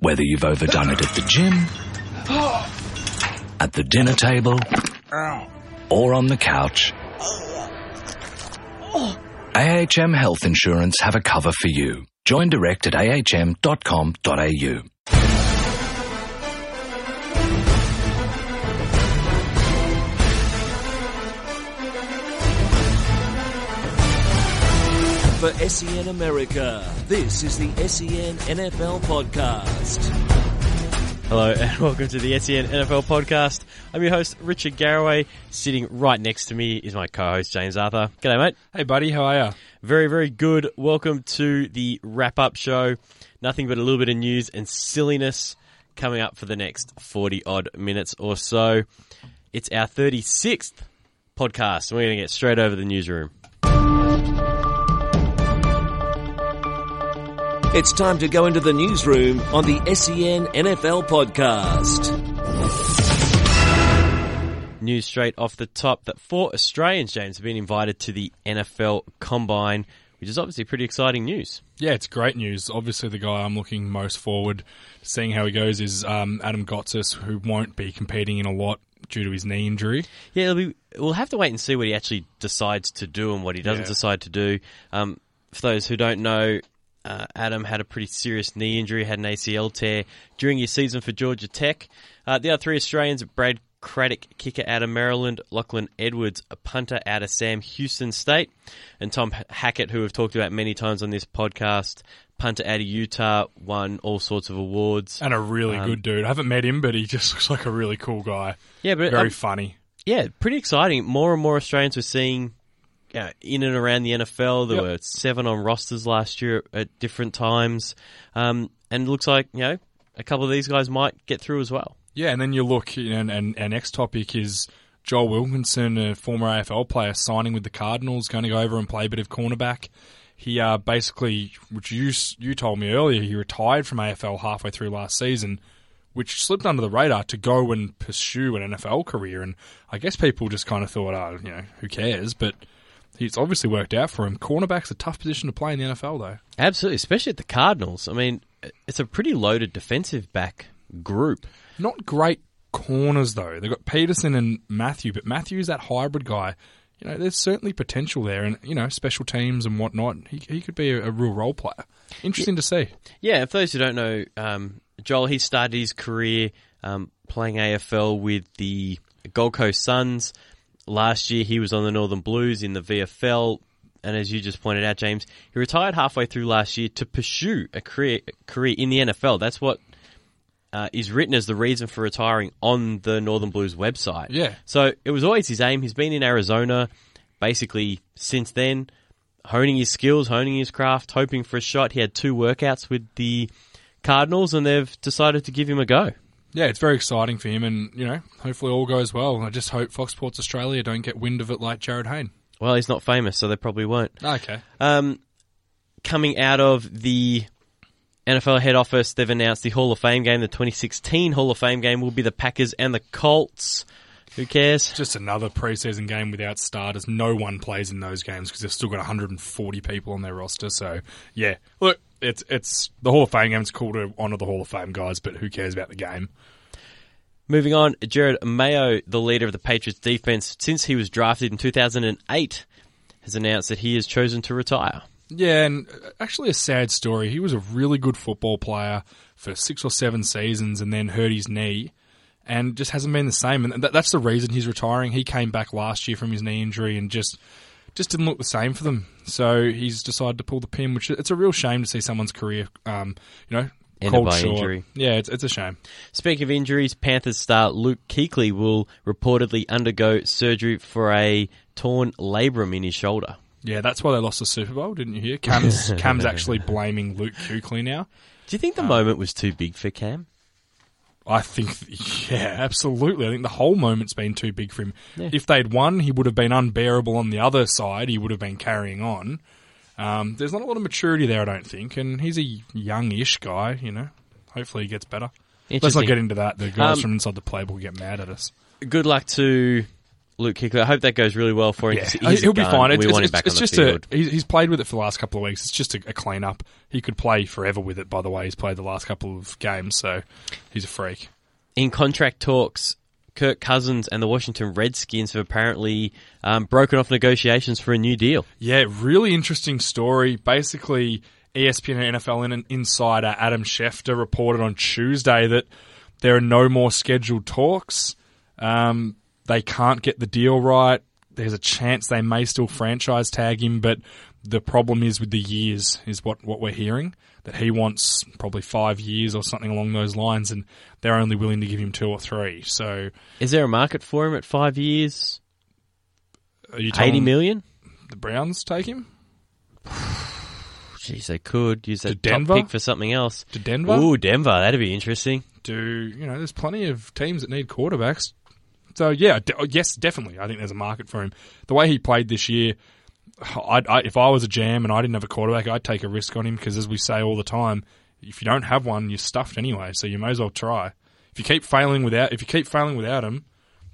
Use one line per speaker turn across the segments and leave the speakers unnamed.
Whether you've overdone it at the gym, at the dinner table, or on the couch, AHM Health Insurance have a cover for you. Join direct at ahm.com.au.
For SEN America, this is the E SEN NFL Podcast.
Hello and welcome to the SEN NFL podcast. I'm your host Richard Garraway. Sitting right next to me is my co-host James Arthur. G'day, mate.
Hey, buddy, how are you?
Very, very good. Welcome to the wrap-up show. Nothing but a little bit of news and silliness coming up for the next forty odd minutes or so. It's our thirty-sixth podcast, and we're going to get straight over the newsroom.
It's time to go into the newsroom on the E SEN NFL Podcast.
News straight off the top that four Australians, James, have been invited to the NFL Combine, which is obviously pretty exciting news.
Yeah, it's great news. Obviously, the guy I'm looking most forward to seeing how he goes is um, Adam Gotsis, who won't be competing in a lot due to his knee injury.
Yeah, it'll be, we'll have to wait and see what he actually decides to do and what he doesn't
Yeah.
decide to do. Um, for those who don't know, uh, Adam had a pretty serious knee injury, had an ACL tear during his season for Georgia Tech. Uh, the other three Australians, Brad Craddock, kicker out of Maryland, Lachlan Edwards, a punter out of Sam Houston State, and Tom Hackett, who we've talked about many times on this podcast, punter out of Utah, won all sorts of awards.
And a really good dude. I haven't met him, but he just looks like a really cool guy.
Yeah, but
Very
um,
funny.
Yeah, pretty exciting. More and more Australians we're seeing uh, in and around the NFL. There
Yep.
were seven on rosters last year at different times, um, and it looks like you know a couple of these guys might get through as well.
Yeah, and then you look, you know, and, and our next topic is Joel Wilkinson, a former AFL player, signing with the Cardinals, going to go over and play a bit of cornerback. He uh, basically, which you s- you told me earlier, he retired from AFL halfway through last season, which slipped under the radar to go and pursue an NFL career. And I guess people just kind of thought, oh, you know, who cares? But it's obviously worked out for him. Cornerback's a tough position to play in the NFL, though.
Absolutely, especially at the Cardinals. I mean, it's a pretty loaded defensive back group.
Not great corners though. They've got Peterson and Matthew, but Matthew's that hybrid guy. You know, there's certainly potential there, and you know, special teams and whatnot. He he could be a, a real role player. Interesting to see.
Yeah, and for those who don't know, um, Joel, he started his career um, playing AFL with the Gold Coast Suns. Last year, he was on the Northern Blues in the VFL. And as you just pointed out, James, he retired halfway through last year to pursue a career, career in the NFL. That's what uh, is written as the reason for retiring on the Northern Blues website.
Yeah.
So it was always his aim. He's been in Arizona basically since then, honing his skills, honing his craft, hoping for a shot. He had two workouts with the Cardinals, and they've decided to give him a go.
Yeah, it's very exciting for him, and you know, hopefully all goes well. And I just hope Fox Sports Australia don't get wind of it like Jared Hayne.
Well, he's not famous, so they probably won't.
Okay,
Um, coming out of the NFL head office, they've announced the Hall of Fame game, the 2016 Hall of Fame game, will be the Packers and the Colts. Who cares?
just another preseason game without starters. No one plays in those games because they've still got 140 people on their roster. So yeah, look, it's it's the Hall of Fame game. It's cool to honour the Hall of Fame guys, but who cares about the game?
Moving on, Jared Mayo, the leader of the Patriots defense, since he was drafted in 2008, has announced that he has chosen to retire.
Yeah, and uh, actually a sad story. He was a really good football player for six or seven seasons and then hurt his knee and just hasn't been the same. And that, that's the reason he's retiring. He came back last year from his knee injury and just just didn't look the same for them. So he's decided to pull the pin, which it's a real shame to see someone's career, um, you know,
Ended
called
by
short.
injury.
Yeah, it's, it's a shame.
Speaking of injuries, Panthers star Luke Keekley will reportedly undergo surgery for a torn labrum in his shoulder.
Yeah, that's why they lost the Super Bowl, didn't you hear? Cam's, Cam's actually blaming Luke Kuechly now.
Do you think the
Ah.
moment was too big for Cam?
I think, yeah, absolutely. I think the whole moment's been too big for him.
Yeah.
If they'd won, he would have been unbearable on the other side. He would have been carrying on. Um, there's not a lot of maturity there, I don't think. And he's a youngish guy, you know. Hopefully he gets better. Let's
Interesting.
not get into that. The guys
Um,
from inside the playbook get mad at us.
Good luck to Luke Hickley. I hope that goes really well for him. 'cause
Uh,
he's
he'll be
done.
fine. It's,
We
it's,
want him
it's-
back on
it's
the
just
field.
a he- he's played with it for the last couple of weeks. It's just a, a clean up. He could play forever with it. By the way, he's played the last couple of games, so he's a freak.
in contract talks, Kirk Cousins and the Washington Redskins have apparently um, broken off negotiations for a new deal.
Yeah, really interesting story. Basically, E ESPN and NFL in- insider Adam Schefter reported on Tuesday that there are no more scheduled talks. Um, they can't get the deal right. There's a chance they may still franchise tag him, but the problem is with the years, is what, what we're hearing. That he wants probably five years or something along those lines, and they're only willing to give him two or three. So,
Is there a market for him at five years?
are you
Eighty
telling
million?
the Browns take him
Jeez, they could use
To
that top
Denver?
pick for something else.
to Denver?
Ooh, Denver, that'd be interesting.
do you know there's plenty of teams that need quarterbacks so yeah de- oh, yes definitely i think there's a market for him the way he played this year I'd, I, if i was a jam and i didn't have a quarterback i'd take a risk on him because as we say all the time if you don't have one you're stuffed anyway so you may as well try if you keep failing without if you keep failing without him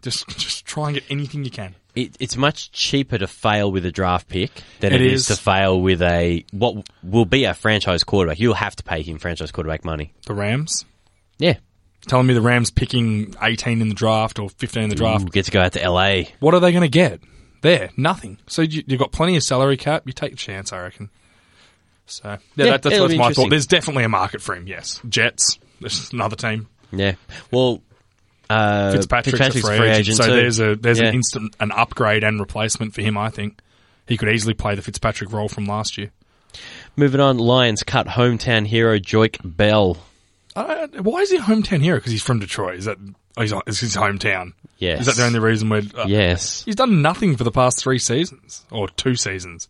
just just try and get anything you can
It, it's much cheaper to fail with a draft pick than
It
it is.
is.
to fail with a what will be a franchise quarterback. You'll have to pay him franchise quarterback money.
the rams
Yeah,
telling me the rams picking 18 in the draft or 15 in the draft
Ooh, get to go out to LA.
what are they going to get there? Nothing. So you, you've got plenty of salary cap. You take the chance, I reckon. So yeah, that, that's,
it'll
that's
be
my
interesting.
thought. There's definitely a market for him. Yes, Jets. There's another team.
Yeah. Well, uh,
Fitzpatrick's, a free, agent, so
too.
there's a there's
Yeah.
an instant an upgrade and replacement for him. I think he could easily play the Fitzpatrick role from last year.
Moving on, Lions cut hometown hero Joik Bell.
I don't- why is he a hometown hero? Because he's from Detroit. Is that oh, he's, it's his hometown?
Yes.
Is that the only reason we're? Uh,
Yes.
He's done nothing for the past three seasons or two seasons.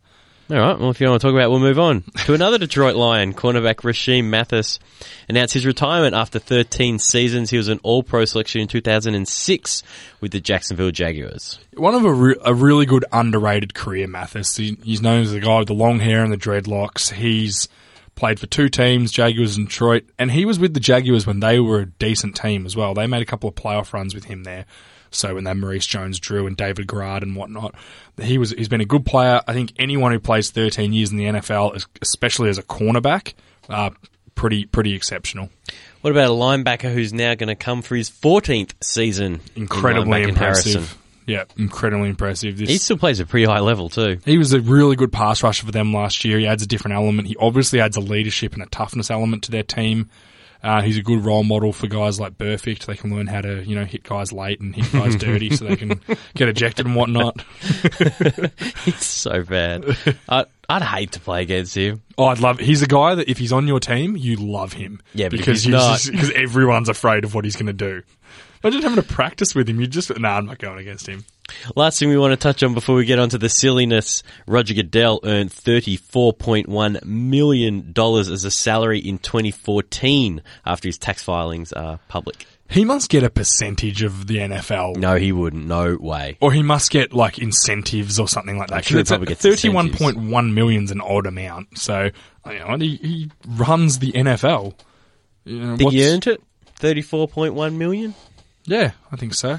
All right. Well, if you want to talk about, it, we'll move on to another Detroit Lion cornerback, Rasheem Mathis, announced his retirement after 13 seasons. He was an All-Pro selection in 2006 with the Jacksonville Jaguars.
one of a, re- a really good underrated career, Mathis. He, he's known as the guy with the long hair and the dreadlocks. He's played for two teams, Jaguars and Detroit, and he was with the Jaguars when they were a decent team as well. They made a couple of playoff runs with him there. So when they had Maurice Jones-Drew and David Garrard and whatnot, he was he's been a good player. I think anyone who plays 13 years in the NFL, es- especially as a cornerback, uh, pretty pretty exceptional.
What about a linebacker who's now going to come for his 14th season? in
Incredibly
linebacker in Harrison?
impressive. Yeah, incredibly impressive. This
He still plays a pretty high level too.
He was a really good pass rusher for them last year. He adds a different element. He obviously adds a leadership and a toughness element to their team. Uh, he's a good role model for guys like Burfict. They can learn how to, you know, hit guys late and hit guys dirty so they can get ejected and whatnot.
He's so bad. I, I'd hate to play against him.
Oh, I'd love. He's a guy that if he's on your team, you love him.
Yeah, but if
because
he's not-
just- because everyone's afraid of what he's going to do. Imagine having to practice with him. You just nah, I'm not going against him.
Last thing we want to touch on before we get onto the silliness, Roger Goodell earned $34.1 million as a salary in 2014 after his tax filings are public.
He must get a percentage of the NFL.
No, he wouldn't. No way.
or he must get like incentives or something like that.
I'm sure he
Because
probably gets
thirty-one point one million's an odd amount, so you know, and he, he runs the NFL. You know,
Think he
what's-
earned it? $34.1 million?
Yeah, I think so. I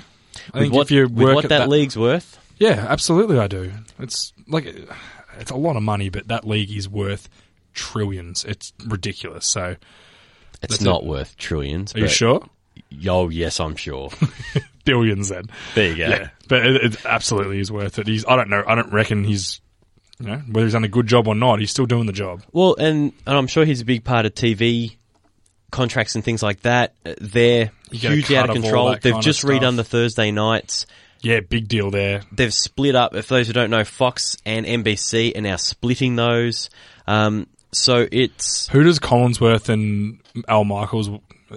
With
think
what,
if you
with
work
what
at
that, league's worth?
yeah, absolutely, I do. It's like it's a lot of money, but that league is worth trillions. It's ridiculous. So, are
It's
That's
not worth trillions.
you
but-
sure?
Yo, yes, I'm sure.
Billions then.
There you go.
Yeah, but it, it absolutely is worth it. He's I don't know. I don't reckon he's. You know, whether he's done a good job or not, he's still doing the job.
Well, and, and I'm sure he's a big part of TV contracts and things like that. Uh, They're
get a
hugely out of
cut of all
control.
that
They've
kind of
just
stuff.
redone the Thursday nights.
Yeah, big deal there.
They've split up. If those who don't know, Fox and NBC are now splitting those. Um, so it's
Who does Collinsworth and Al Michaels?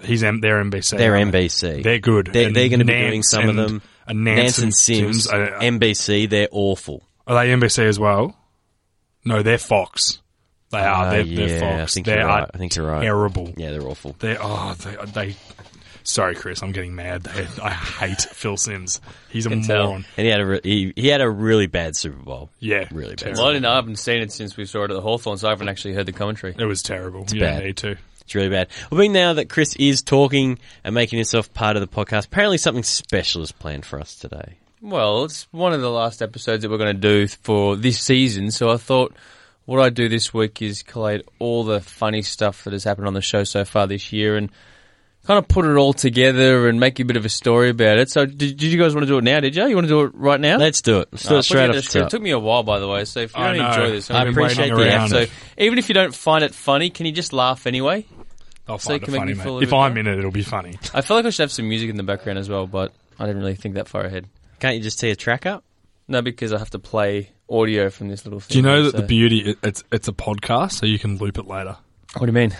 He's M- they're NBC.
they're
aren't they?
NBC.
They're good.
They're,
And
they're going to be
Nance
doing some of
and-
them.
And
Nance
Nance,
and Sims,
Are, are
NBC. They're awful.
they NBC as well? No, they're Fox. They are.
Uh,
they're,
yeah,
they're
I
Fox.
think
they
you're
are
right. I think you're right.
terrible.
Yeah, they're awful.
They're oh they, they. Sorry, Chris. I'm getting mad. They, I hate Phil Sims. He's a moron.
And he had a re- he, he had a really bad Super Bowl.
Yeah,
Really bad.
terrible.
Well, I, didn't, I haven't seen it since we saw it at the Hawthorns. I haven't actually heard the commentary.
It was terrible. you
bad.
don't need to.
It's really bad. Well, being now that Chris is talking and making himself part of the podcast, apparently something special is planned for us today.
Well, it's one of the last episodes that we're going to do for this season, so I thought what I'd do this week is collate all the funny stuff that has happened on the show so far this year and kind of put it all together and make a bit of a story about it. So, did, did you guys want to do it now? Did you? You want to do it right now?
Let's do it. Let's do
Oh,
Uh,
it straight
put
off
it
the
in a-
top.
It took me a while, by the way. So if you
I
don't
know.
enjoy this,
I've
I
been
appreciate
waiting
the
around.
effort. So even if you don't find it funny, can you just laugh anyway?
I'll
So you
find
can
it
make
funny,
me feel a
mate.
little
If
bit
I'm
better.
in it, it'll be funny.
I feel like I should have some music in the background as well, but I didn't really think that far ahead.
Can't you just tee a track up?
No, because I have to play audio from this little thing.
Do you know that the
so-
beauty? it- It's it's a podcast, so you can loop it later.
What do you mean?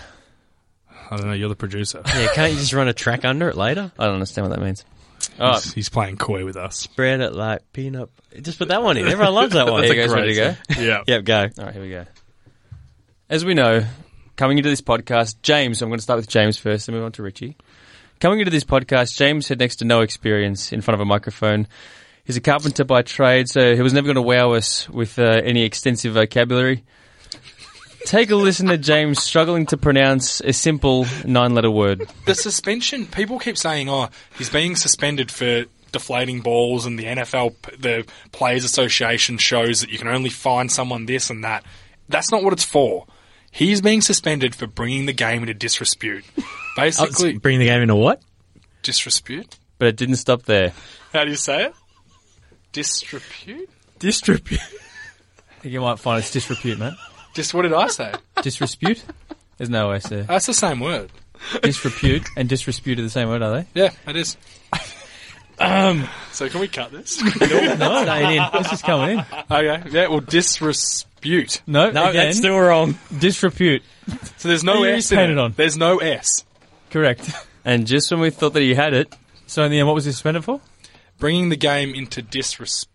I don't know. You're the producer.
Yeah, can't you just run a track under it later?
I don't understand what that means. All right.
He's, he's playing coy with us.
Spread it like peanut. Just put that one in. Everyone loves that one.
There you guys ready to go?
Yeah.
Yep, go.
All right, here we go. As we know, coming into this podcast, James, I'm going to start with James first, then move on to Richie. Coming into this podcast, James had next to no experience in front of a microphone. He's a carpenter by trade, so he was never going to wow us with uh, any extensive vocabulary. Take a listen to James struggling to pronounce a simple nine letter word.
The suspension. People keep saying, "Oh, he's being suspended for deflating balls," and the NFL, p- the Players Association, shows that you can only fine someone this and that. That's not what it's for. He's being suspended for bringing the game into disrepute. Basically,
Bring the game into what?
disrepute.
But it didn't stop there.
How do you say it? Disrepute.
Disrepute. I think you might find it's disrepute, mate.
Just what did I say?
Disrepute? There's no way, sir.
That's the same word.
Disrepute and disrepute are the same word, are they?
Yeah, it is. um. So can we cut this?
No, it Oh, ain't in. It's just coming in.
okay. Yeah. Well, disrepute.
No, no, again,
That's still wrong.
disrepute.
So there's no
Yeah, you
S in it.
painted on.
There's no S.
Correct. And just when we thought that you had it, so in the end, what was he suspended for?
bringing the game into disres-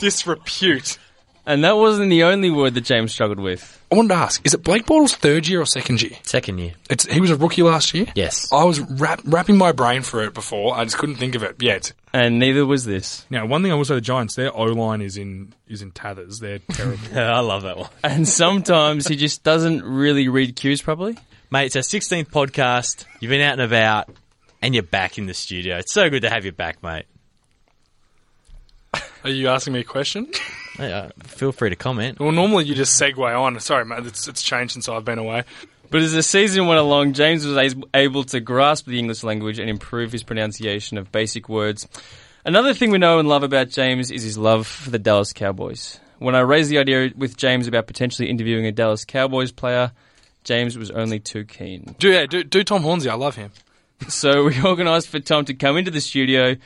disrepute.
And that wasn't the only word that James struggled with.
I wanted to ask: Is it Blake Bortles' third year or second year?
Second year.
It's he was a rookie last year.
Yes.
I was wrap, wrapping my brain for it before. I just couldn't think of it yet.
And neither was this.
Now, one thing I will say: the Giants, their O line is in is in tatters. They're terrible.
I love that one.
And sometimes he just doesn't really read cues properly.
Mate, it's our 16th podcast. You've been out and about, and you're back in the studio. It's so good to have you back, mate.
Are you asking me a question?
Hey, uh, feel free to comment.
Well, normally you just segue on. Sorry, mate, it's, it's changed since I've been away.
But as the season went along, James was as- able to grasp the English language and improve his pronunciation of basic words. Another thing we know and love about James is his love for the Dallas Cowboys. When I raised the idea with James about potentially interviewing a Dallas Cowboys player, James was only too keen.
Do yeah, do, do Tom Hornsey. I love him.
So we organised for Tom to come into the studio,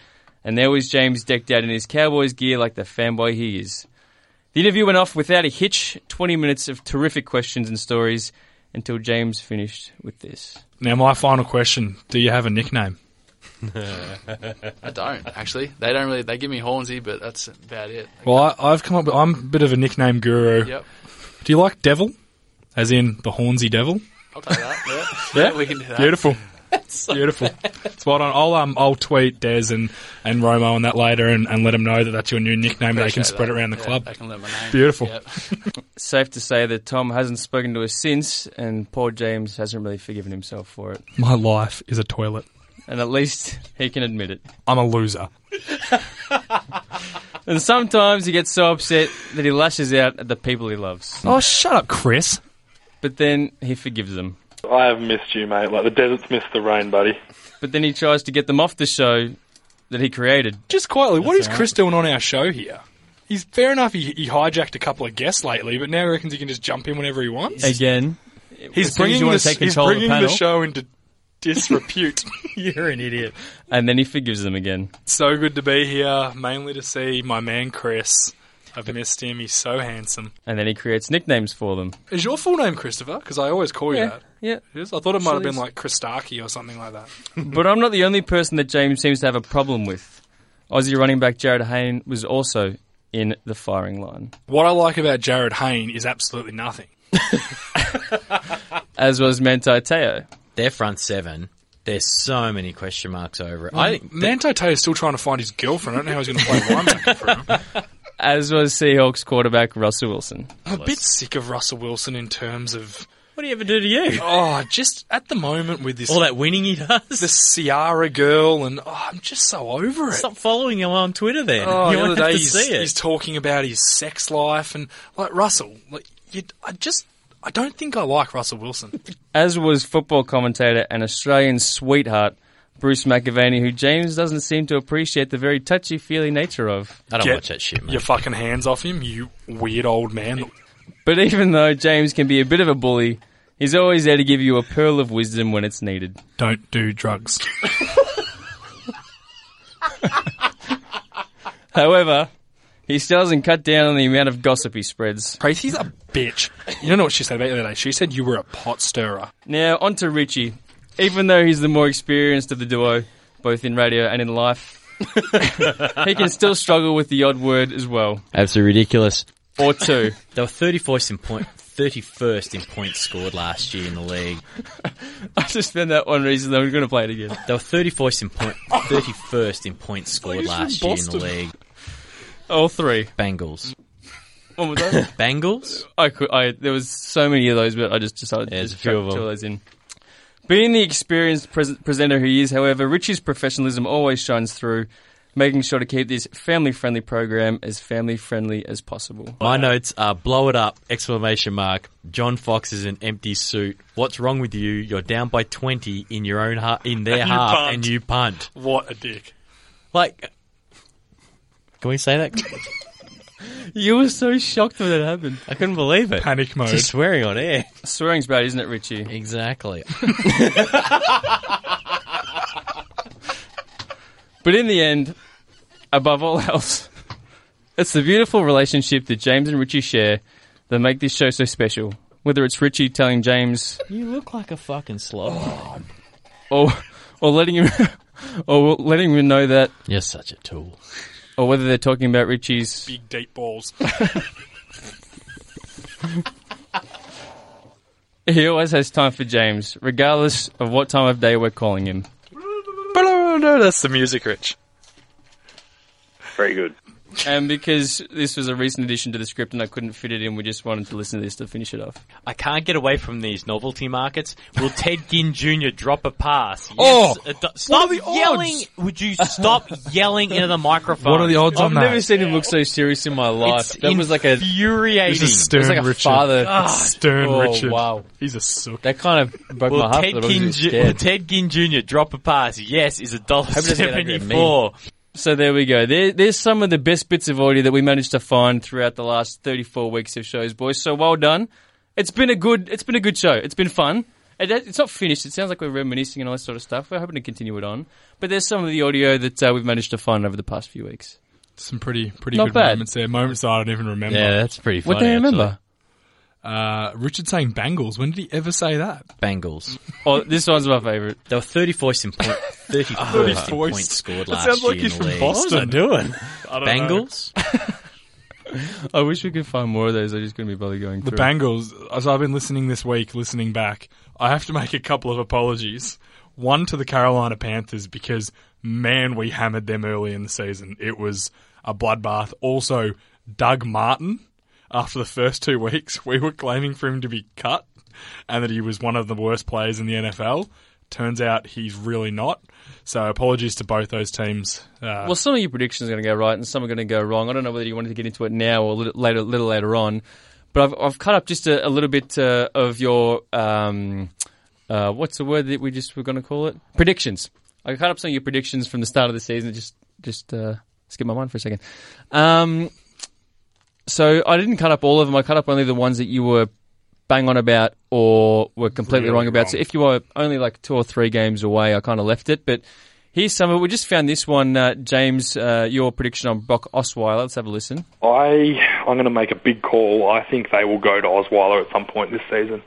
and there was James decked out in his Cowboys gear like the fanboy he is. The interview went off without a hitch 20 minutes of terrific questions and stories until James finished with this.
Now, my final question: Do you have a nickname?
I don't actually. They don't really. They give me Hornsey, but that's about it.
Well, I, I've come up with. I'm a bit of a nickname guru.
Yep,
Do you like Devil? As in the Hornsey Devil?
I'll take that. Yeah,
Yeah.
we can do that.
Beautiful. Beautiful. Spot on. I'll um I'll tweet Des and, and Romo on that later and, and let them know that that's your new nickname. and They can
Appreciate
spread
that.
it around the
Yeah,
club.
They can learn my name.
Beautiful.
Yep.
Safe to say that Tom hasn't spoken to us since, and poor James hasn't really forgiven himself for it.
My life is a toilet.
And at least he can admit it.
I'm a loser.
And sometimes he gets so upset that he lashes out at the people he loves.
Oh, shut up, Chris.
But then he forgives them.
I have missed you, mate. Like the desert's missed the rain, buddy.
But then he tries to get them off the show that he created.
Just quietly, what is Chris doing on our show here? He's fair enough. He, he hijacked a couple of guests lately, but now he reckons he can just jump in whenever he wants.
Again,
He's
soon as you
bringing,
wanna
this,
take
he's
control of the
bringing the,
panel.
show into disrepute.
You're an idiot.
and then he forgives them again.
so good to be here, mainly to see my man Chris. I've missed him. He's so handsome.
And then he creates nicknames for them.
Is your full name Christopher? Because I always call you that.
Yeah.
It is? I thought it might have been
Silly.
like Christaki or something like that.
But I'm not the only person that James seems to have a problem with. Aussie running back Jared Hayne was also in the firing line,
What I like about Jared Hayne is absolutely nothing.
as was Manti Te'o.
their front seven, there's so many question marks over it. I think
Manto Tay is still trying to find his girlfriend. I don't know how he's going to play linebacker for him.
as was Seahawks quarterback Russell Wilson.
I'm a bit sick of Russell Wilson in terms of
What do you ever do to you?
Oh, just at the moment with this
All that winning he does.
the Ciara girl, and oh, I'm just so over it.
Stop following him on Twitter then.
Oh,
you
the other
won't have
day
to
he's,
see it.
he's talking about his sex life and like Russell. Like you, I just I don't think I like Russell Wilson.
As was football commentator and Australian sweetheart Bruce McAvaney, who James doesn't seem to appreciate the very touchy feely nature of.
I don't
Get
watch that shit, mate.
Your fucking hands off him, you weird old man.
But even though James can be a bit of a bully, he's always there to give you a pearl of wisdom when it's needed.
Don't do drugs.
However, he still doesn't cut down on the amount of gossip he spreads.
Tracy's a bitch. You don't know what she said about you the other day. She said you were a pot stirrer.
Now, on to Richie. Even though he's the more experienced of the duo, both in radio and in life, he can still struggle with the odd word as well,
Absolutely ridiculous.
or two.
They were 31st in point, 31st in points scored last year in the league.
I just found that one reason that I'm going to play it again.
They were 31st in point, 31st in points scored
he's from
last year in the
Boston.
league.
All three.
Bengals.
One was that?
Bengals?
I could. I there was so many of those, but I just decided
Yeah,
to
there's
just
a few
chuck
of them.
two those in. Being the experienced pres- presenter he is, however, Richie's professionalism always shines through, making sure to keep this family-friendly program as family-friendly as possible.
My notes are blow it up, exclamation mark. John Fox is an empty suit. What's wrong with you? You're down by 20 in your own ha- in their
And you
half
punt.
and you punt.
What a dick.
Like Can we say that?
You were so shocked when that happened.
I couldn't believe it.
Panic mode.
Just swearing on air.
Swearing's bad, isn't it, Richie?
Exactly.
But in the end, above all else, it's the beautiful relationship that James and Richie share that make this show so special. Whether it's Richie telling James
You look like a fucking slob.
or or letting him or letting him know that
You're such a tool.
or whether they're talking about Richie's
Big deep balls.
he always has time for James, regardless of what time of day we're calling him.
That's the music, Rich.
Very good.
And because this was a recent addition to the script and I couldn't fit it in, we just wanted to listen to this to finish it off.
I can't get away from these novelty markets. Will Ted Ginn Jr. drop a pass? Yes,
Oh,
it do- stop
the odds?
yelling! Would you stop yelling into the microphone? Um,
What are the odds on that?
seen him look so serious in my life.
Oh, It's infuriating.
Stern Richard. Ah, Stern
Oh,
Richard.
wow.
He's a sook.
That kind of broke
Will
my heart.
Ted,
but I was
Ginn,
just
Ju- will
scared.
Ted Ginn Jr. drop a pass? Yes, is a dollar
doesn't get angry at me.
seventy-four.
So there we go. There, there's some of the best bits of audio that we managed to find throughout the last 34 weeks of shows, boys. So well done. It's been a good. It's been a good show. It's been fun. And that- It's not finished. It sounds like we're reminiscing and all that sort of stuff. We're hoping to continue it on. But there's some of the audio that uh, we've managed to find over the past few weeks.
Some pretty pretty
Not
good
bad.
moments there. Moments that I don't even remember.
that's pretty funny.
What do you remember?
Uh, Richard saying bangles. When did he ever say that?
Bengals.
Oh, this one's my favourite.
They were thirty-fourth in point.
Oh,
Thirty-fourth in points scored last
sounds
year
like
in
he's
the
from
league.
Boston. What was I
doing? Bengals.
I wish we could find more of those. I just couldn't be bothered going
The
through.
Bangles, as I've been listening this week, listening back, I have to make a couple of apologies. One to the Carolina Panthers because, man, we hammered them early in the season. It was a bloodbath. Also, Doug Martin, after the first two weeks, we were claiming for him to be cut and that he was one of the worst players in the NFL. Turns out he's really not. So, apologies to both those teams. Uh,
Well, some of your predictions are going to go right and some are going to go wrong. I don't know whether you wanted to get into it now or a little later, little later on, but I've, I've cut up just a, a little bit uh, of your um, uh, what's the word that we just were going to call it predictions. I cut up some of your predictions from the start of the season. It Just just uh, skip my mind for a second. Um, so I didn't cut up all of them. I cut up only the ones that you were bang on about or were completely
Really
wrong about. So
wrong.
if you were only like two or three games away, I kind of left it. But here's some of it. We just found this one, uh, James. Uh, your prediction on Brock Osweiler. Let's have a listen.
I I'm going to make a big call. I think they will go to Osweiler at some point this season.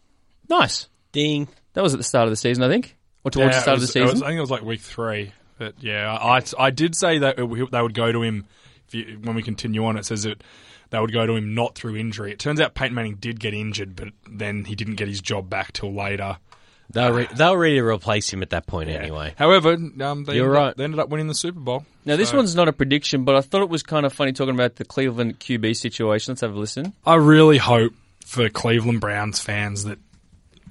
Nice.
Ding.
That was at the start of the season, I think, or
Yeah,
towards the
it
start
was-
of the
it was-
season.
I think it was like week three. But yeah, I, I did say that it w- they would go to him if you, when we continue on. It says that they would go to him not through injury. It turns out Peyton Manning did get injured, but then he didn't get his job back till later.
They'll, re- they'll really replace him at that point anyway.
However, um, they,
You're
ended
right.
up, they ended up winning the Super Bowl.
now this one's not a prediction, but I thought it was kind of funny talking about the Cleveland QB situation. Let's have a listen.
I really hope for Cleveland Browns fans that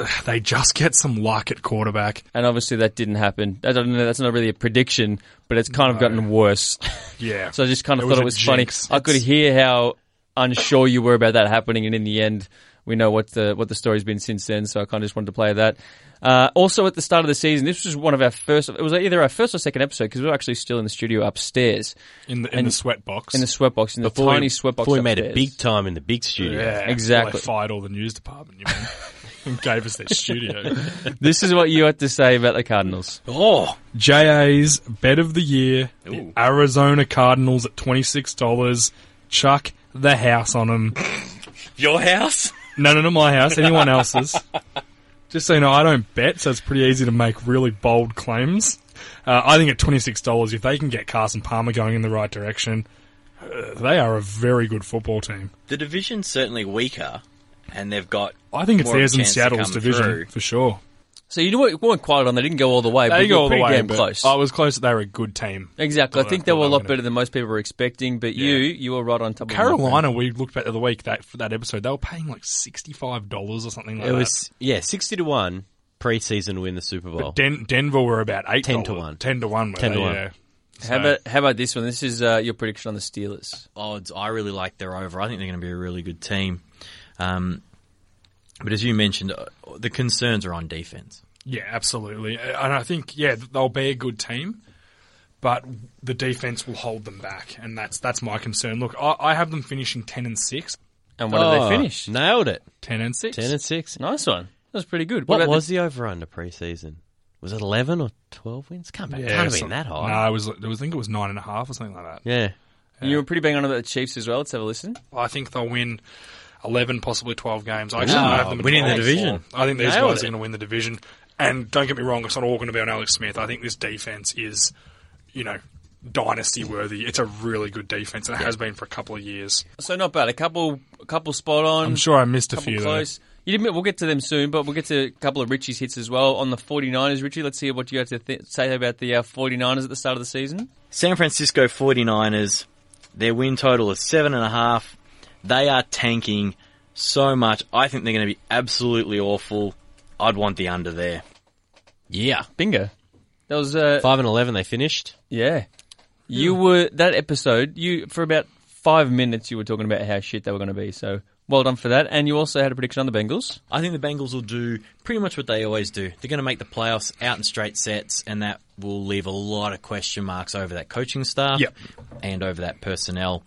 they just get some luck at quarterback.
And obviously that didn't happen. I don't know. That's not really a prediction, but it's kind of gotten worse.
Yeah.
So I just kind of
It
thought
was
it
a
was
jinx.
funny. I could hear how unsure you were about that happening, and in the end, we know what the what the story's been since then. So I kind of just wanted to play that. Uh, also, at the start of the season, this was one of our first. It was either our first or second episode because we were actually still in the studio upstairs
in the in
and-
the sweat box.
in the sweatbox, in the
Before we-
tiny sweatbox.
Before we made it
upstairs.
big time in the big studio.
yeah,
exactly.
They fired all the news department. You mean, and gave us their studio.
This is what you had to say about the Cardinals.
Oh,
JA's bet of the year, the Arizona Cardinals at twenty six dollars. Chuck the house on them.
your house?
No, no, not my house. Anyone else's. Just so you know, I don't bet, so it's pretty easy to make really bold claims. Uh, I think at twenty six dollars, if they can get Carson Palmer going in the right direction, uh, they are a very good football team.
The division's certainly weaker, and they've got.
I think it's
more of a
theirs in
chance to
Seattle's
come
division
through.
for sure.
So you weren't, weren't quite on. They didn't go all the way, but
They
you were
go all the
pretty
way,
damn
but
close.
I was close. that They were a good team.
Exactly. I
Thought I-
think they were a
thought I
lot
were
better than most people were expecting, but you, you were right on top of them.
Carolina, we looked back the other week that for that episode, they were paying like sixty five dollars or something like
It was yeah, sixty to one preseason to win the Super
that.
Bowl.
Den- Denver were about eight
10 to one.
ten to one, were
10 to
they?
one.
Yeah.
How about, how about this one? This is uh, your prediction on the Steelers.
odds. I really like their over. I think they're going to be a really good team. Um, but as you mentioned, uh, the concerns are on defense.
Yeah, absolutely. Uh, And I think yeah, th- they'll be a good team, but the defense will hold them back, and that's that's my concern. Look, I, I have them finishing ten and six.
And what did they
Oh,
finish?
Nailed it.
Ten and six.
Ten and six.
Nice one. That was pretty good.
What
about
was the, over under preseason? Was it eleven or twelve wins? Can't, be,
Yeah,
can't have
so-
been that high.
No, it was, it was. I think it was nine and a half or something like that.
Yeah.
the, you were pretty bang on about the Chiefs as well. Let's have a listen.
I think they'll win eleven, possibly twelve games. I
Wow.
actually have them at
Winning the
12.
division.
I think these
Nailed
guys
it.
are going to win the division. And don't get me wrong, it's not all going to be on Alex Smith. I think this defense is, you know, dynasty worthy. It's a really good defense, and it has been for a couple of years.
So not bad. A couple, a couple spot on.
I'm sure I missed a
couple
few. Though.
close. You didn't, we'll get to them soon, but we'll get to a couple of Richie's hits as well. On the 49ers, Richie, let's hear what you had to th- say about the uh, 49ers at the start of the season.
San Francisco 49ers, their win total is seven and a half. They are tanking so much. I think they're going to be absolutely awful. I'd want the under there.
Yeah.
Bingo. That was uh,
Five and eleven they finished.
Yeah. You were that episode, you for about five minutes you were talking about how shit they were gonna be, so well done for that. And you also had a prediction on the Bengals.
I think the Bengals will do pretty much what they always do. They're going to make the playoffs out in straight sets, and that will leave a lot of question marks over that coaching staff
Yep.
and over that personnel.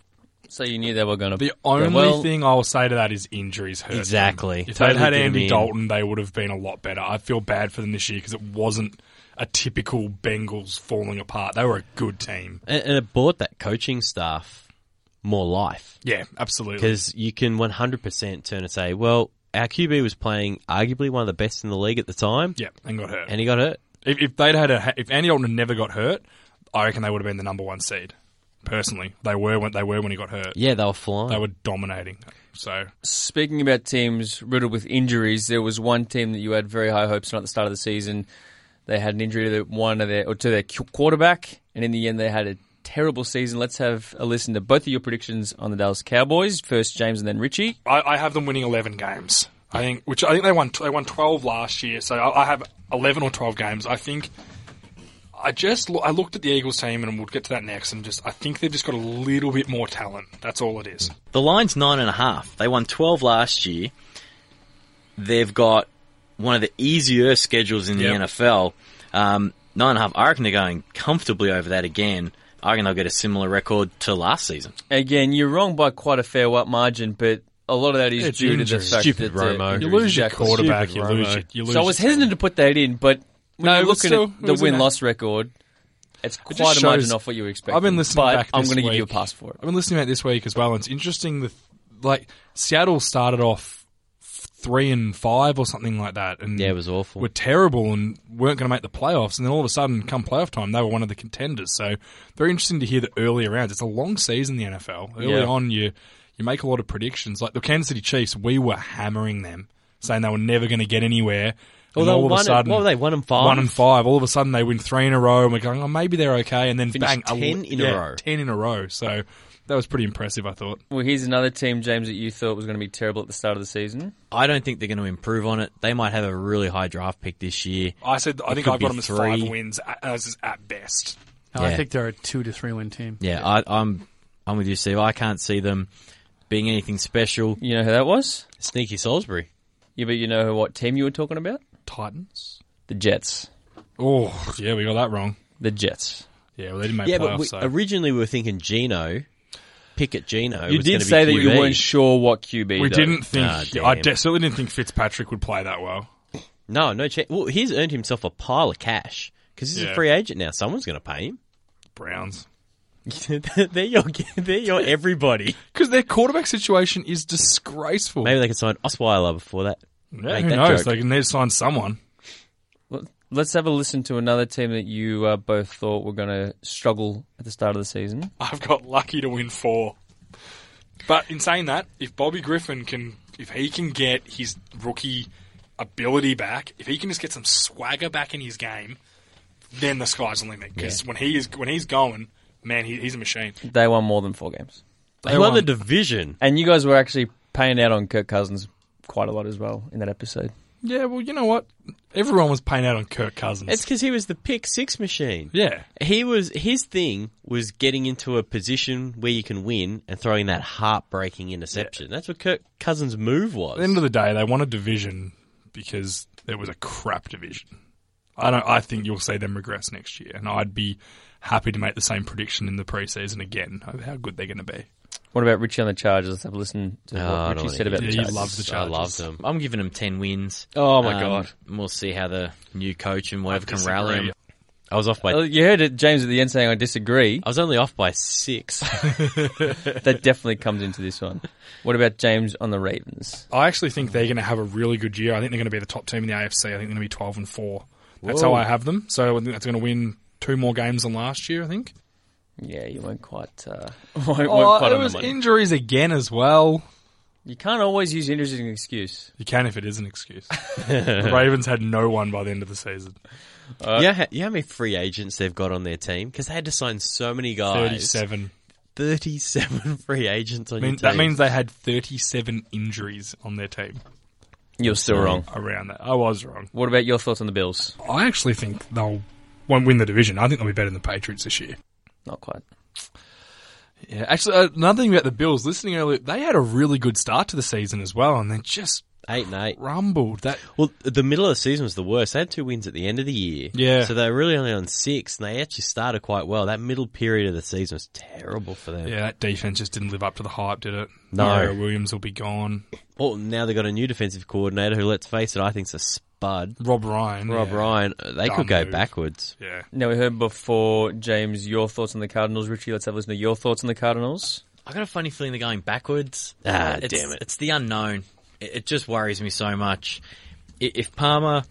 So you knew they were gonna
The only
well,
thing I will say to that is injuries hurt. them.
Exactly.
If they'd had
Totally
Andy
didn't mean-
Dalton, they would have been a lot better. I feel bad for them this year because it wasn't a typical Bengals falling apart. They were a good team.
And, and it bought that coaching staff more life.
Yeah, absolutely.
Because you can one hundred percent turn and say, Well, our QB was playing arguably one of the best in the league at the time
Yeah, and got hurt.
and he got hurt.
If, if they'd had a, if Andy Dalton had never got hurt, I reckon they would have been the number one seed. Personally, they were when they were when he got hurt.
Yeah, they were flying.
They were dominating. So
speaking about teams riddled with injuries, there was one team that you had very high hopes on at the start of the season. They had an injury to their- one of their or to their qu- quarterback, and in the end they had a terrible season. Let's have a listen to both of your predictions on the Dallas Cowboys. First James and then Richie.
I, I have them winning eleven games. I think, which I think they won. They won twelve last year. So I, I have eleven or twelve games. I think. I just lo- I looked at the Eagles team, and we'll get to that next. And just I think they've just got a little bit more talent. That's all it is.
The line's nine and a half. They won twelve last year. They've got one of the easier schedules in the
Yep.
NFL. Um, nine and a half. I reckon they're going comfortably over that again. I reckon they'll get a similar record to last season.
Again, you're wrong by quite a fair wa- margin, but a lot of that is
It's
due to the
injuries.
fact
Stupid
that the
Romo.
injuries-
You lose your
Exactly.
quarterback.
Stupid
You lose
Romo.
your, you lose.
So I was
your-
hesitant to put that in, but when
No, it
you're
was
looking
still-
at
it
the
was in
win
there.
loss record, it's
It
quite
just
a margin
shows-
off what you were expecting.
I've been listening
but
back.
I'm
this
going to give you a
week.
pass for it.
I've been listening about this week as well. And it's interesting. The like Seattle started off f- three and five or something like that, and
yeah, it was awful.
were terrible and weren't going to make the playoffs. And then all of a sudden, come playoff time, they were one of the contenders. So very interesting to hear the earlier rounds. It's a long season in the NFL. Early
Yeah.
on, you you make a lot of predictions. Like the Kansas City Chiefs, we were hammering them, saying they were never going to get anywhere.
Well,
And
they
all of
won
a
it-
sudden,
what were they, one and five?
One and five. All of a sudden, they win three in a row, and we're going, oh, maybe they're okay. And then
Finished
bang,
10 in a
yeah,
row.
ten in a row. So that was pretty impressive. I thought.
Well, here's another team, James, that you thought was going to be terrible at the start of the season.
I don't think they're going to improve on it. They might have a really high draft pick this year.
I said I think
could
I've
be
got them as five
three.
wins a- as is at best.
Yeah.
I think they're a two to three win team.
Yeah, I, I'm I'm with you, Steve. I can't see them being anything special.
You know who that was?
Sneaky Salisbury.
Yeah, but you know what team you were talking about?
Titans.
The Jets.
Oh yeah, we got that wrong.
The Jets.
Yeah, well, they didn't make
Yeah,
playoffs.
but we,
so.
originally we were thinking Gino, Pickett Gino.
you
was
did
gonna be
say that you
QB.
weren't sure what QB.
we
though.
didn't think.
Ah,
yeah, I
damn.
de- certainly didn't think Fitzpatrick would play that well.
No, no. Ch- well, he's earned himself a pile of cash because he's
Yeah.
a free agent now. Someone's going to pay him.
Browns.
they're your, they're your everybody.
Because their quarterback situation is disgraceful.
Maybe they can sign Osweiler before that.
Yeah,
make
who
that
knows?
joke.
They can need to sign someone.
Well, Let's have a listen to another team that you uh, both thought were going to struggle at the start of the season.
I've got lucky to win four. But in saying that, if Bobby Griffin can, if he can get his rookie ability back, if he can just get some swagger back in his game, then the sky's the limit. Because when he is when he's going, man, he, he's a machine.
They won more than four games,
They won the division.
and you guys were actually paying out on Kirk Cousins quite a lot as well in that episode.
Yeah, well, you know what? Everyone was paying out on Kirk Cousins.
It's because he was the pick six machine.
yeah,
He was his thing was getting into a position where you can win and throwing that heartbreaking interception. That's what Kirk Cousins' move was.
At the end of the day, they won a division because there was a crap division. I don't. I think you'll see them regress next year, and I'd be happy to make the same prediction in the preseason again of how good they're going to be.
What about Richie on the Chargers? Let's have a listen to
Oh, I
what
don't
Richie
wanna
said
hear
about
Yeah,
the
you
Chargers.
love the
I
Chargers.
love them. I'm giving them ten wins. Um,
Oh, my God.
We'll see how the new coach and whatever can rally them. I was off by.
Oh, you heard it, James, at the end saying, I disagree.
I was only off by six.
That definitely comes into this one. What about James on the Ravens?
I actually think they're going to have a really good year. I think they're going to be the top team in the AFC. I think they're going to be twelve and four. That's how I have them. So I think that's going to win two more games than last year. I think.
Yeah, you weren't quite, uh,
Oh,
weren't, weren't quite
it
on the
was
money.
injuries again as well.
you can't always use injuries as an excuse.
You can if it is an excuse. the Ravens had no one by the end of the season.
you, know how, you know how many free agents they've got on their team? Because they had to sign so many guys.
Thirty-seven.
37 free agents on
I mean,
your team.
that means they had 37 injuries on their team
You're still wrong.
around that. I was wrong.
What about your thoughts on the Bills?
I actually think they'll won't win the division. I think they'll be better than the Patriots this year.
Not quite.
Yeah, actually, uh, another thing about the Bills. Listening earlier, they had a really good start to the season as well, and then just
eight and eight.
rumbled. That
Well, the middle of the season was the worst. They had two wins at the end of the year.
Yeah.
So they were really only on six, and they actually started quite well. That middle period of the season was terrible for them.
yeah, that defense just didn't live up to the hype, did it?
No.
Mario Williams will be gone.
Well, now they've got a new defensive coordinator who, let's face it, I think's a spud.
Rob Ryan.
Rob
yeah.
Ryan, uh, they
Dumb
could go
move.
backwards.
Yeah.
Now, we heard before, James, your thoughts on the Cardinals. Richie, let's have a listen to your thoughts on the Cardinals.
I got a funny feeling they're going backwards. Uh,
Ah,
it's,
damn it.
It's the unknown. It, it just worries me so much. I- If Palmer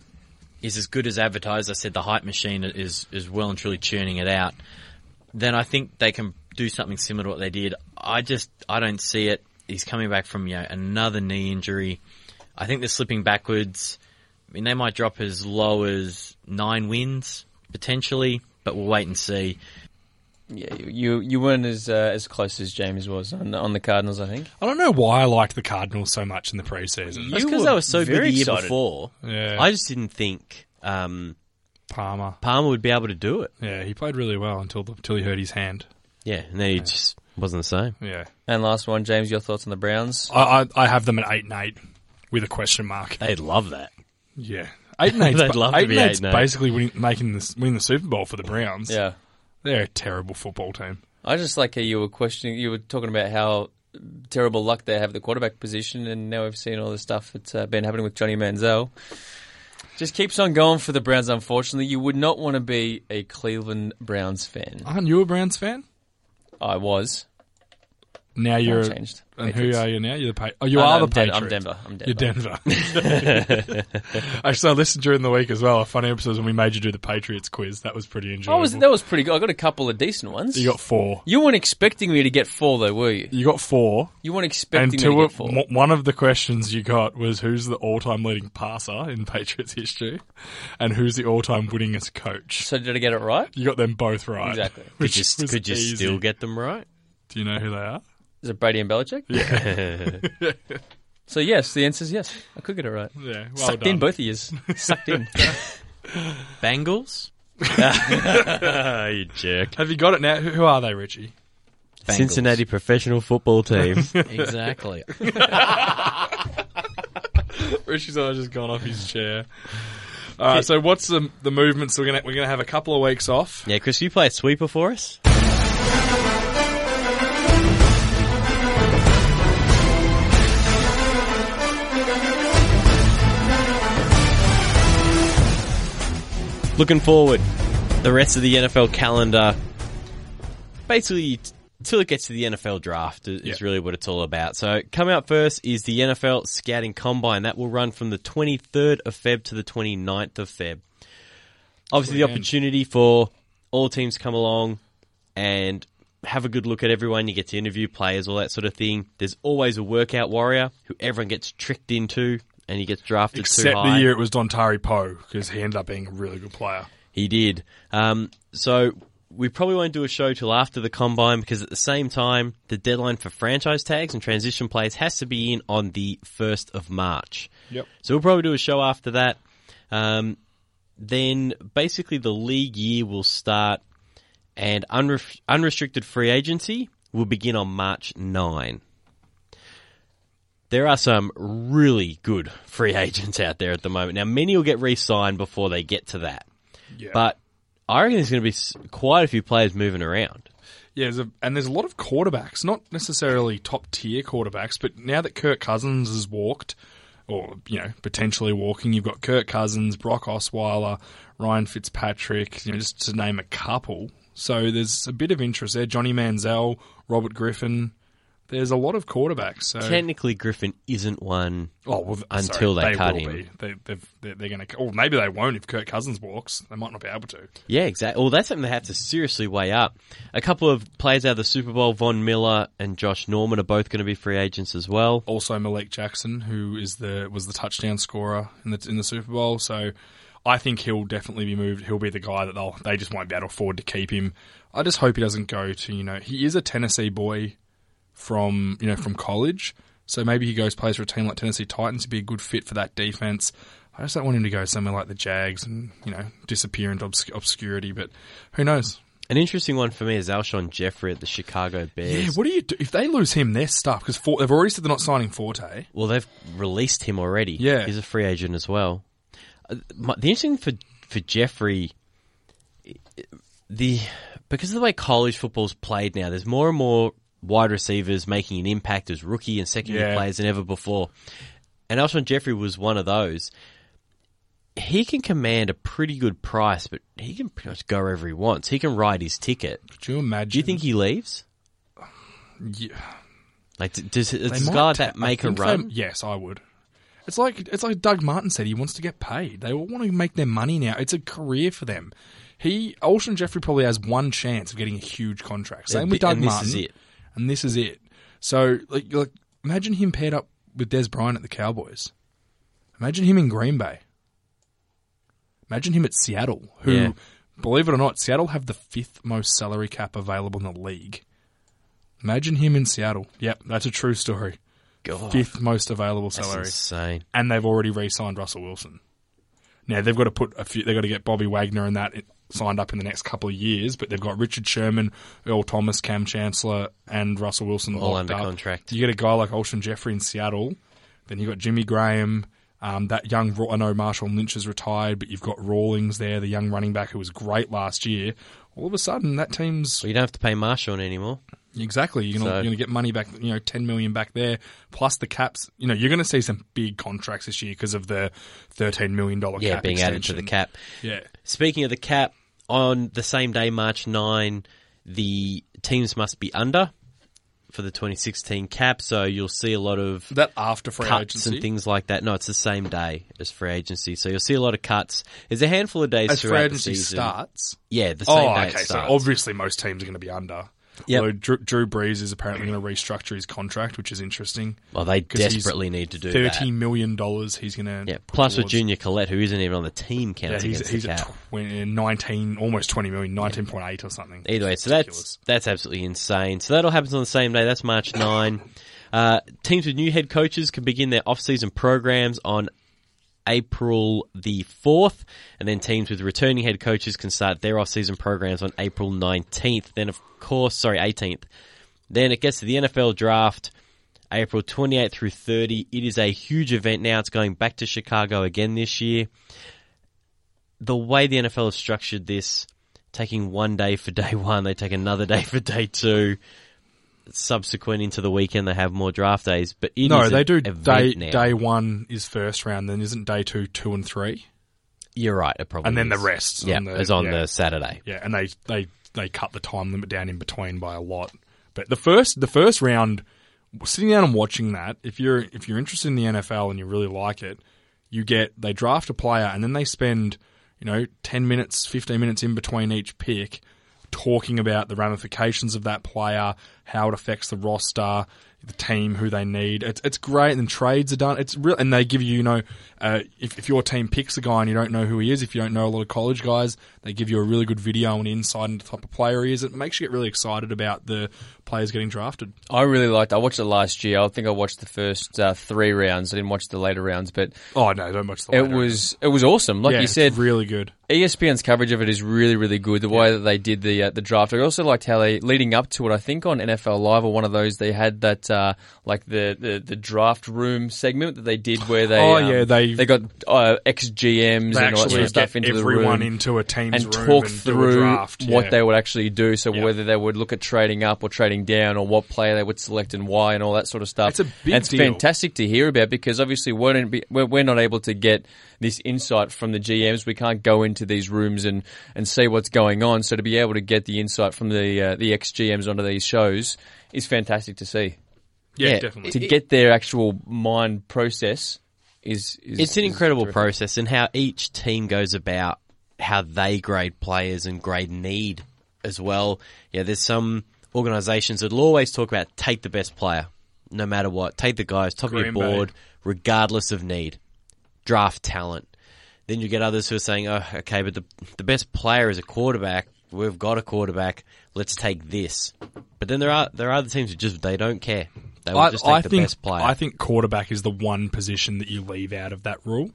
is as good as advertised, I said the hype machine is is well and truly churning it out. Then I think they can do something similar to what they did. I just I don't see it. He's coming back from you know, another knee injury. I think they're slipping backwards. I mean, they might drop as low as nine wins potentially, but we'll wait and see.
Yeah, you you, you weren't as uh, as close as James was on, on the Cardinals, I think.
I don't know why I liked the Cardinals so much in the preseason.
That's
You
because
were
they were so good
very
the year
excited.
before.
Yeah.
I just didn't think um,
Palmer.
Palmer would be able to do it.
Yeah, he played really well until the, until he hurt his hand.
Yeah, and then he just wasn't the same.
Yeah.
And last one, James, your thoughts on the Browns?
I, I, I have them at eight and eight with a question mark.
They'd love that.
Yeah, eight and eight.
They'd love to
eight
be
and
eight
eight's
and eight.
Basically, winning, making this winning the Super Bowl for the Browns.
Yeah.
they're a terrible football team.
I just like how you were questioning, you were talking about how terrible luck they have at the quarterback position, and now we've seen all the stuff that's uh, been happening with Johnny Manziel. Just keeps on going for the Browns, unfortunately. You would not want to be a Cleveland Browns fan.
Aren't you a Browns fan?
I was.
Now you're.
I changed.
And who
Patriots.
are you now? You're the pa- oh, you
Oh, no,
are
I'm
the
Den-
Patriots.
I'm Denver. I'm Denver.
You're Denver. Actually, I listened during the week as well. A funny episode was when we made you do the Patriots quiz. That was pretty
I
enjoyable.
was, that was pretty good. I got a couple of decent ones.
you got four.
You weren't expecting me to get four, though, were you?
You got four,
You weren't
and
expecting me
two.
to
Of,
get four.
mo- one of the questions you got was who's the all-time leading passer in Patriots history, and who's the all-time winningest coach.
so did I get it right?
You got them both right.
Exactly.
Which
Just
was
could you
easy.
still get them right?
Do you know who they are?
Is it Brady and Belichick?
Yeah.
so yes, the answer is yes. I could get it right.
Yeah, well
Sucked
done.
in both of years. Sucked in.
Bengals?
you jerk.
Have you got it now? Who, who are they, Richie?
Bengals.
Cincinnati professional football team.
Exactly.
Richie's always just gone off his chair. All right, so what's the the movement? So we're gonna we're gonna have a couple of weeks off.
yeah, Chris, you play a sweeper for us? Looking forward, the rest of the NFL calendar, basically t- till it gets to the NFL draft i- is
Yeah.
really what it's all about. So coming up first is the NFL Scouting Combine. That will run from the 23rd of Feb to the 29th of Feb. Obviously the
Brilliant.
opportunity for all teams to come along and have a good look at everyone. You get to interview players, all that sort of thing. There's always a workout warrior who everyone gets tricked into and he gets drafted too
Except
high.
the year it was Dontari Poe because he ended up being a really good player.
He did. Um, so we probably won't do a show till after the combine because at the same time, the deadline for franchise tags and transition plays has to be in on the 1st of March.
Yep.
So we'll probably do a show after that. Um, then basically the league year will start and unref unrestricted free agency will begin on March 9. There are some really good free agents out there at the moment. Now, many will get re signed before they get to that. But I reckon there's going to be s- quite a few players moving around.
Yeah, there's a, and there's a lot of quarterbacks, not necessarily top tier quarterbacks, but now that Kirk Cousins has walked, or you know potentially walking, you've got Kirk Cousins, Brock Osweiler, Ryan Fitzpatrick, you know, just to name a couple. So there's a bit of interest there. Johnny Manziel, Robert Griffin. There's a lot of quarterbacks. So
Technically, Griffin isn't one.
oh, well, th- sorry,
until they cut
will
him.
be. They, they've, they're, they're going to. Or maybe they won't if Kirk Cousins walks. They might not be able to.
Yeah, exactly. Well, that's something they have to seriously weigh up. A couple of players out of the Super Bowl, Von Miller and Josh Norman, are both going to be free agents as well.
also Malik Jackson, who is the was the touchdown scorer in the in the Super Bowl. So I think he'll definitely be moved. He'll be the guy that they'll they just won't be able to afford to keep him. I just hope he doesn't go to you know he is a Tennessee boy from you know from college, so maybe he goes plays for a team like Tennessee Titans. He'd be a good fit for that defense. I just don't want him to go somewhere like the Jags and you know disappear into obs- obscurity. But who knows?
An interesting one for me is Alshon Jeffrey at the Chicago Bears.
Yeah, what do you do if they lose him? They're stuffed because they've already said they're not signing Forte.
Well, they've released him already.
Yeah.
he's a free agent as well. Uh, my- The interesting for for Jeffrey, the because of the way college football's played now, there's more and more wide receivers making an impact as rookie and second year
Yeah.
players than ever before. And Alshon Jeffrey was one of those. He can command a pretty good price, but he can pretty much go wherever he wants. He can ride his ticket.
Could you imagine?
Do you think he leaves?
Yeah.
Like, d- does,
They
does a
might
guy like
ta-
that make a
I think they-
run?
yes, I would. It's like it's like Doug Martin said. He wants to get paid. They all want to make their money now. It's a career for them. He Olsen Jeffrey probably has one chance of getting a huge contract. Same
And
with Doug
this
Martin.
is it.
And this is it. So like, like imagine him paired up with Des Bryant at the Cowboys. Imagine him in Green Bay. Imagine him at Seattle, who,
Yeah.
believe it or not, Seattle have the fifth most salary cap available in the league. Imagine him in Seattle. Yep, that's a true story
God,
fifth most available
that's
salary,
insane.
and they've already re-signed Russell Wilson. Now they've got to put a few. They've got to get Bobby Wagner and that signed up in the next couple of years, but they've got Richard Sherman, Earl Thomas, Cam Chancellor, and Russell Wilson
All
locked
under
up.
contract.
You get a guy like Olshan Jeffrey in Seattle, then you have got Jimmy Graham. Um, that young, Ra- I know Marshall Lynch is retired, but you've got Rawlings there, the young running back who was great last year. All of a sudden, that team's
Well, you don't have to pay Marshawn anymore.
Exactly. You're gonna,
So-
you're gonna get money back. You know, ten million back there, plus the caps. You know, you're gonna see some big contracts this year because of the thirteen million dollar.
Yeah,
cap
being added to
extension.
the cap.
Yeah,
Speaking of the cap, on the same day, March 9, the teams must be under for the 2016 cap, so you'll see a lot of
that after free
cuts
agency.
and things like that. No, it's the same day as free agency, so you'll see a lot of cuts. There's a handful of days
As
throughout
free
the
agency
season.
starts.
Yeah, the same
Oh,
day
okay.
it
So
starts.
obviously, most teams are going to be under.
Yep.
Although Drew, Drew Brees is apparently going to restructure his contract, which is interesting.
Well, Oh, they
'Cause he's
desperately need to do
thirty million dollars. He's going to
Yeah, plus with Junior Collette, who isn't even on the team,
Yeah,
counts
he's,
against
he's
the
at
cap.
tw- nineteen, almost twenty million, nineteen point eight or something.
Either way,
Um, It's
so that's
ridiculous.
that's absolutely insane. So that all happens on the same day. That's March nine. Uh, teams with new head coaches can begin their off-season programs on April the fourth, and then teams with returning head coaches can start their off-season programs on April nineteenth. Then, of course, sorry, eighteenth. Then it gets to the NFL draft, April 28th through 30. It is a huge event now. It's going back to Chicago again this year. The way the NFL has structured this, taking one day for day one, they take another day for day two. Subsequent into the weekend, they have more draft days. But it
no,
is
they
an
do
event
day
now.
day one is first round, then isn't day two two and three,
You're right. It probably
and then the
is.
rest.
Yeah,
on the,
it's on
yeah.
the Saturday.
Yeah, and they, they they cut the time limit down in between by a lot. But the first the first round, sitting down and watching that, if you're if you're interested in the NFL and you really like it, you get they draft a player and then they spend you know ten minutes, fifteen minutes in between each pick, talking about the ramifications of that player, how it affects the roster, the team, who they need. It's it's great, and trades are done. It's real, and they give you you know uh, if if your team picks a guy and you don't know who he is, if you don't know a lot of college guys, they give you a really good video and insight into the type of player he is. It makes you get really excited about the players getting drafted.
I really liked. I watched it last year. I think I watched the first uh, three rounds. I didn't watch the later rounds, but
Oh no, don't watch the.
it
later.
was it was awesome. Like
yeah,
you
it's
said,
really good.
ESPN's coverage of it is really, really good. The way that they did the uh, the draft, I also liked how they leading up to it. I think on NFL Live or one of those, they had that uh, like the, the the draft room segment that they did where they
Oh,
um,
yeah, they-
they got uh, ex GMs
They
and all that sort
actually
of stuff
get
into the
everyone
room.
into a team's
and
room
talk
and do a
through
draft,
what
yeah.
they would actually do. So
Yeah.
whether they would look at trading up or trading down, or what player they would select and why, and all that sort of stuff.
It's a big
And it's
deal.
fantastic to hear about because obviously we're not, we're we're not able to get this insight from the GMs. We can't go into these rooms and, and see what's going on. So to be able to get the insight from the uh, the ex GMs onto these shows is fantastic to see.
Yeah, definitely.
To get their actual mind process is, is
It's an
is
incredible
terrific.
process and how each team goes about how they grade players and grade need as well. Yeah, there's some organizations that'll always talk about take the best player, no matter what. Take the guys, top of your
Green
board,
Bay.
regardless of need. Draft talent. Then you get others who are saying, Oh, okay, but the the best player is a quarterback. We've got a quarterback. Let's take this. But then there are there are other teams who just they don't care. They will just take the
think,
best player.
I think quarterback is the one position that you leave out of that rule.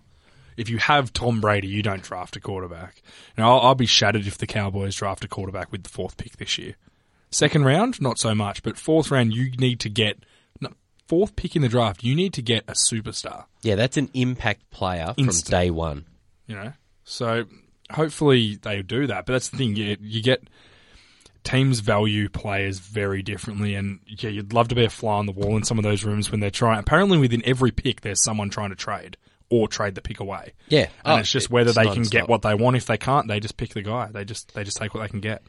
If you have Tom Brady, you don't draft a quarterback. Now, I'll, I'll be shattered if the Cowboys draft a quarterback with the fourth pick this year. Second round, not so much, but fourth round, you need to get no, fourth pick in the draft. You need to get a superstar.
yeah, that's an impact player
Instant.
from day one.
you know. So hopefully they do that. But that's the thing you, you get teams value players very differently, and yeah, you'd love to be a fly on the wall in some of those rooms when they're trying. Apparently, within every pick, there's someone trying to trade or trade the pick away.
Yeah. Oh,
And it's just
it-
whether
it's
they can
nonstop.
get what they want. If they can't, they just pick the guy. They just they just take what they can get.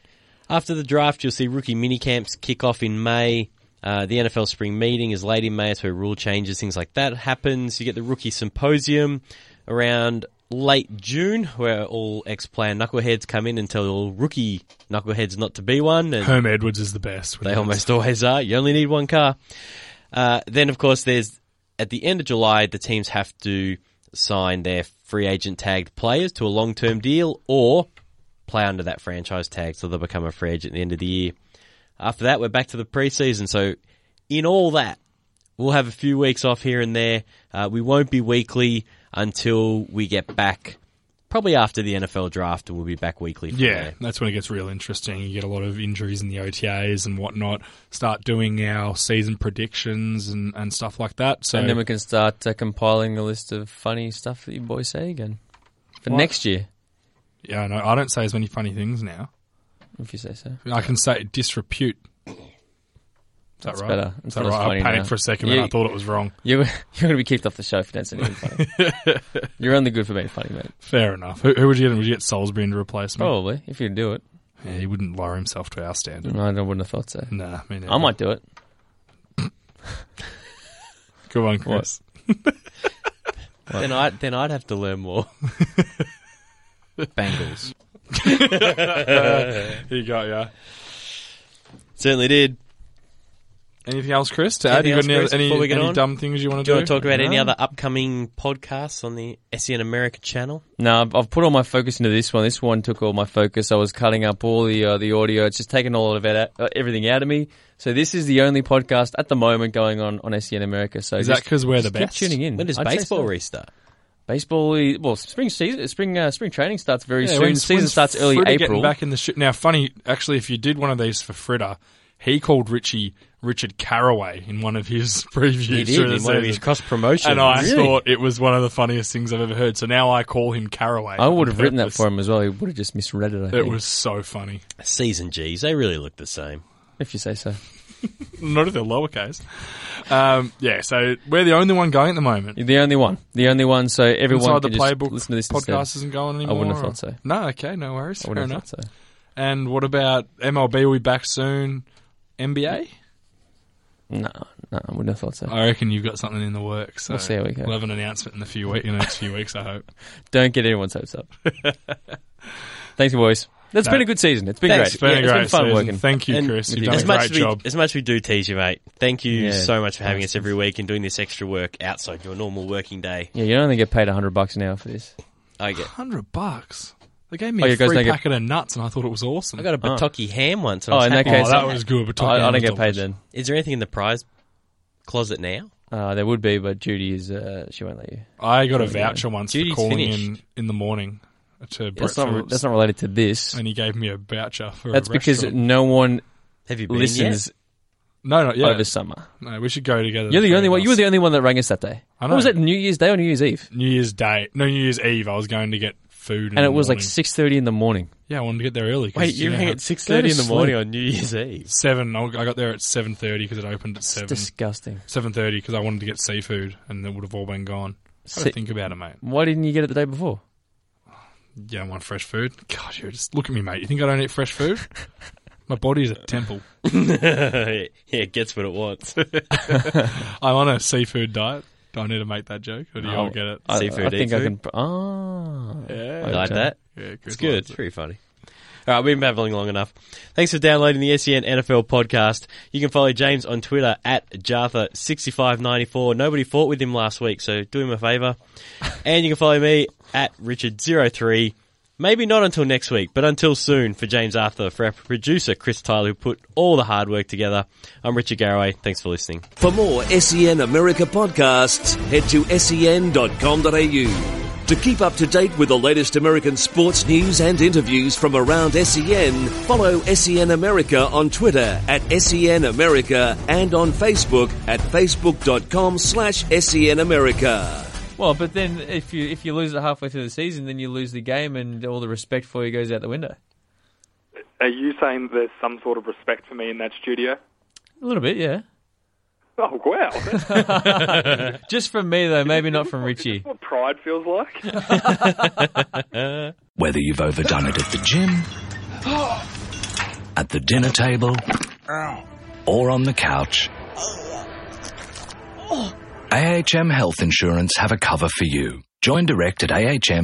After the draft, you'll see rookie minicamps kick off in May. Uh, the NFL spring meeting is late in May. It's where rule changes, things like that happens. You get the rookie symposium around late June, where all ex-player knuckleheads come in and tell all rookie knuckleheads not to be one. And
Herm Edwards is the best.
They almost always are. You only need one car. Uh, then, of course, there's at the end of July, the teams have to sign their free agent tagged players to a long term deal or play under that franchise tag so they'll become a free agent at the end of the year. After that, we're back to the preseason. So, in all that, we'll have a few weeks off here and there. Uh, we won't be weekly until we get back, probably after the NFL draft, and we'll be back weekly. From
Yeah,
there.
that's when it gets real interesting. You get a lot of injuries in the OTAs and whatnot. Start doing our season predictions and, and stuff like that. So
And then we can start uh, compiling the list of funny stuff that you boys say again for next year,
Yeah, no, I don't say as many funny things now.
if you say so.
I can say disrepute. Is that
That's
right?
better.
Is
It's
that
not as
right?
funny
I panicked
now.
for a second and
You-
I thought it was wrong.
You, you're going to be kicked off the show if you don't say anything funny. you're only good for being funny, mate.
Fair enough. Who, who would you get? Would you get Salisbury in to replace me?
Probably, if you do it.
Yeah, he wouldn't lower himself to our standard.
No, I wouldn't have thought so.
Nah, me neither.
I might do it.
Good one, Chris.
Then, I'd, then I'd have to learn more.
Bengals.
Here you go, yeah.
Certainly did.
Anything else, Chris? To
Anything
add, you
else,
got any,
Chris,
any,
before we get
any
on?
dumb things you want to
Do
do?
you want to talk about any
No?
other upcoming podcasts on the SEN America channel?
No, I've- I've put all my focus into this one. This one took all my focus. I was cutting up all the uh, the audio. It's just taken all of it, out, uh, everything out of me. So this is the only podcast at the moment going on on SEN America. So
Is
just-
that 'cause we're the
just keep
best?
tuning in.
When does
I'd say
baseball
so.
restart?
Baseball, i- well, spring season, spring uh, spring training starts very
Yeah,
soon.
when-
the season
when's
starts early
Fritter
April.
Getting back in the sh- now, funny actually, if you did one of these for Fritter, he called Richie Richard Caraway in one of his previews.
He did,
through the
in one of
season.
his cross promotions.
and I
Really?
thought it was one of the funniest things I've ever heard. So now I call him Caraway.
I would have
on
written that
purpose.
for him as well. He would have just misread it. I
It
think,
was so funny.
Season G's, they really look the same.
if you say so.
Not if they're lowercase. Um, yeah, so we're the only one going at the moment.
You're the only one. The only one. So everyone
Inside the
can just
playbook
listen to this instead.
podcast isn't going anymore.
wouldn't have
or-
thought so.
No, okay, no worries.
I would
Fair
have
enough.
thought so.
And what about MLB? Will be back soon. NBA?
No, no, I wouldn't have thought so.
I reckon you've got something in the works. So
We'll see how we go.
We'll have an announcement in the few week, in the next few weeks. I hope.
Don't get anyone's hopes up. Thanks, boys. That's
No.
been a good season. It's been
Thanks.
great. Yeah,
a great
it's been fun
season.
working.
Thank you,
And
Chris. You've
you.
done
That's
a
as much
great
as we,
job.
as much as we do tease you, mate. Thank you
Yeah.
so much for having us every week and doing this extra work outside your normal working day.
Yeah, you don't only get paid hundred bucks an hour for this.
I get.
Hundred bucks. They gave me
Oh,
a
you guys
free
don't get-
packet of nuts, and I thought it was awesome.
I got a Batoki ham once. And
Oh,
I was
in that
happy.
case,
oh, that was good. But
I, I
talking
don't get
about
paid
the-
then.
Is there anything in the prize closet now?
Uh, there would be, but Judy is uh, she won't let you.
I got a voucher once
Dude's
for calling
finished.
in in the morning to Brett
That's not
Phillips,
that's not related to this.
and he gave me a voucher for.
That's
a
because
restaurant.
no one
Have you been
listens
no, no, yeah,
over summer.
no, we should go together.
You're the
three
only
of
one. You were
us.
the only one that rang us that day.
I
What was
know.
that? New Year's Day or New Year's Eve?
New Year's Day, no, New Year's Eve. I was going to get food, in the
And it was like
morning.
six thirty in the morning.
Yeah, I wanted to get there early. 'cause,
Wait, you
know,
rang
how-
at six thirty in the morning on New Year's Eve.
seven. I I got there at seven thirty because it opened at
It's
seven.
disgusting.
Seven thirty because I wanted to get seafood, and it would have all been gone. I
Se-
don't think about it, mate.
Why didn't you get it the day before?
Yeah, I want fresh food. God, you just look at me, mate. You think I don't eat fresh food? My body is a temple.
yeah, it gets what it wants.
I'm on a seafood diet. Do I need to make that joke, or do you all get it?
I,
Seafood,
I think
eat
I
food.
can. Ah,
Yeah.
I like
Okay.
that.
Yeah,
It's good. It's pretty funny. All right, we've been babbling long enough. Thanks for downloading the E SEN NFL podcast. You can follow James on Twitter at Jartha6594. Nobody fought with him last week, so do him a favour. and you can follow me at Richard03. Maybe not until next week, but until soon for James Arthur, for our producer Chris Tyler, who put all the hard work together. I'm Richard Garraway. Thanks for listening.
For more SEN America podcasts, head to E sen.com.au. To keep up to date with the latest American sports news and interviews from around SEN, follow SEN America on Twitter at SEN America and on Facebook at facebook.com slash SEN America.
Well, but then if you if you lose it halfway through the season, then you lose the game, and all the respect for you goes out the window.
Are you saying there's some sort of respect for me in that studio?
A little bit, yeah.
Oh wow, that's
Just from me though, maybe not from Richie.
what pride feels like.
Whether you've overdone it at the gym, at the dinner table, or on the couch, AHM Health Insurance have a cover for you. Join direct at ahm.com.au.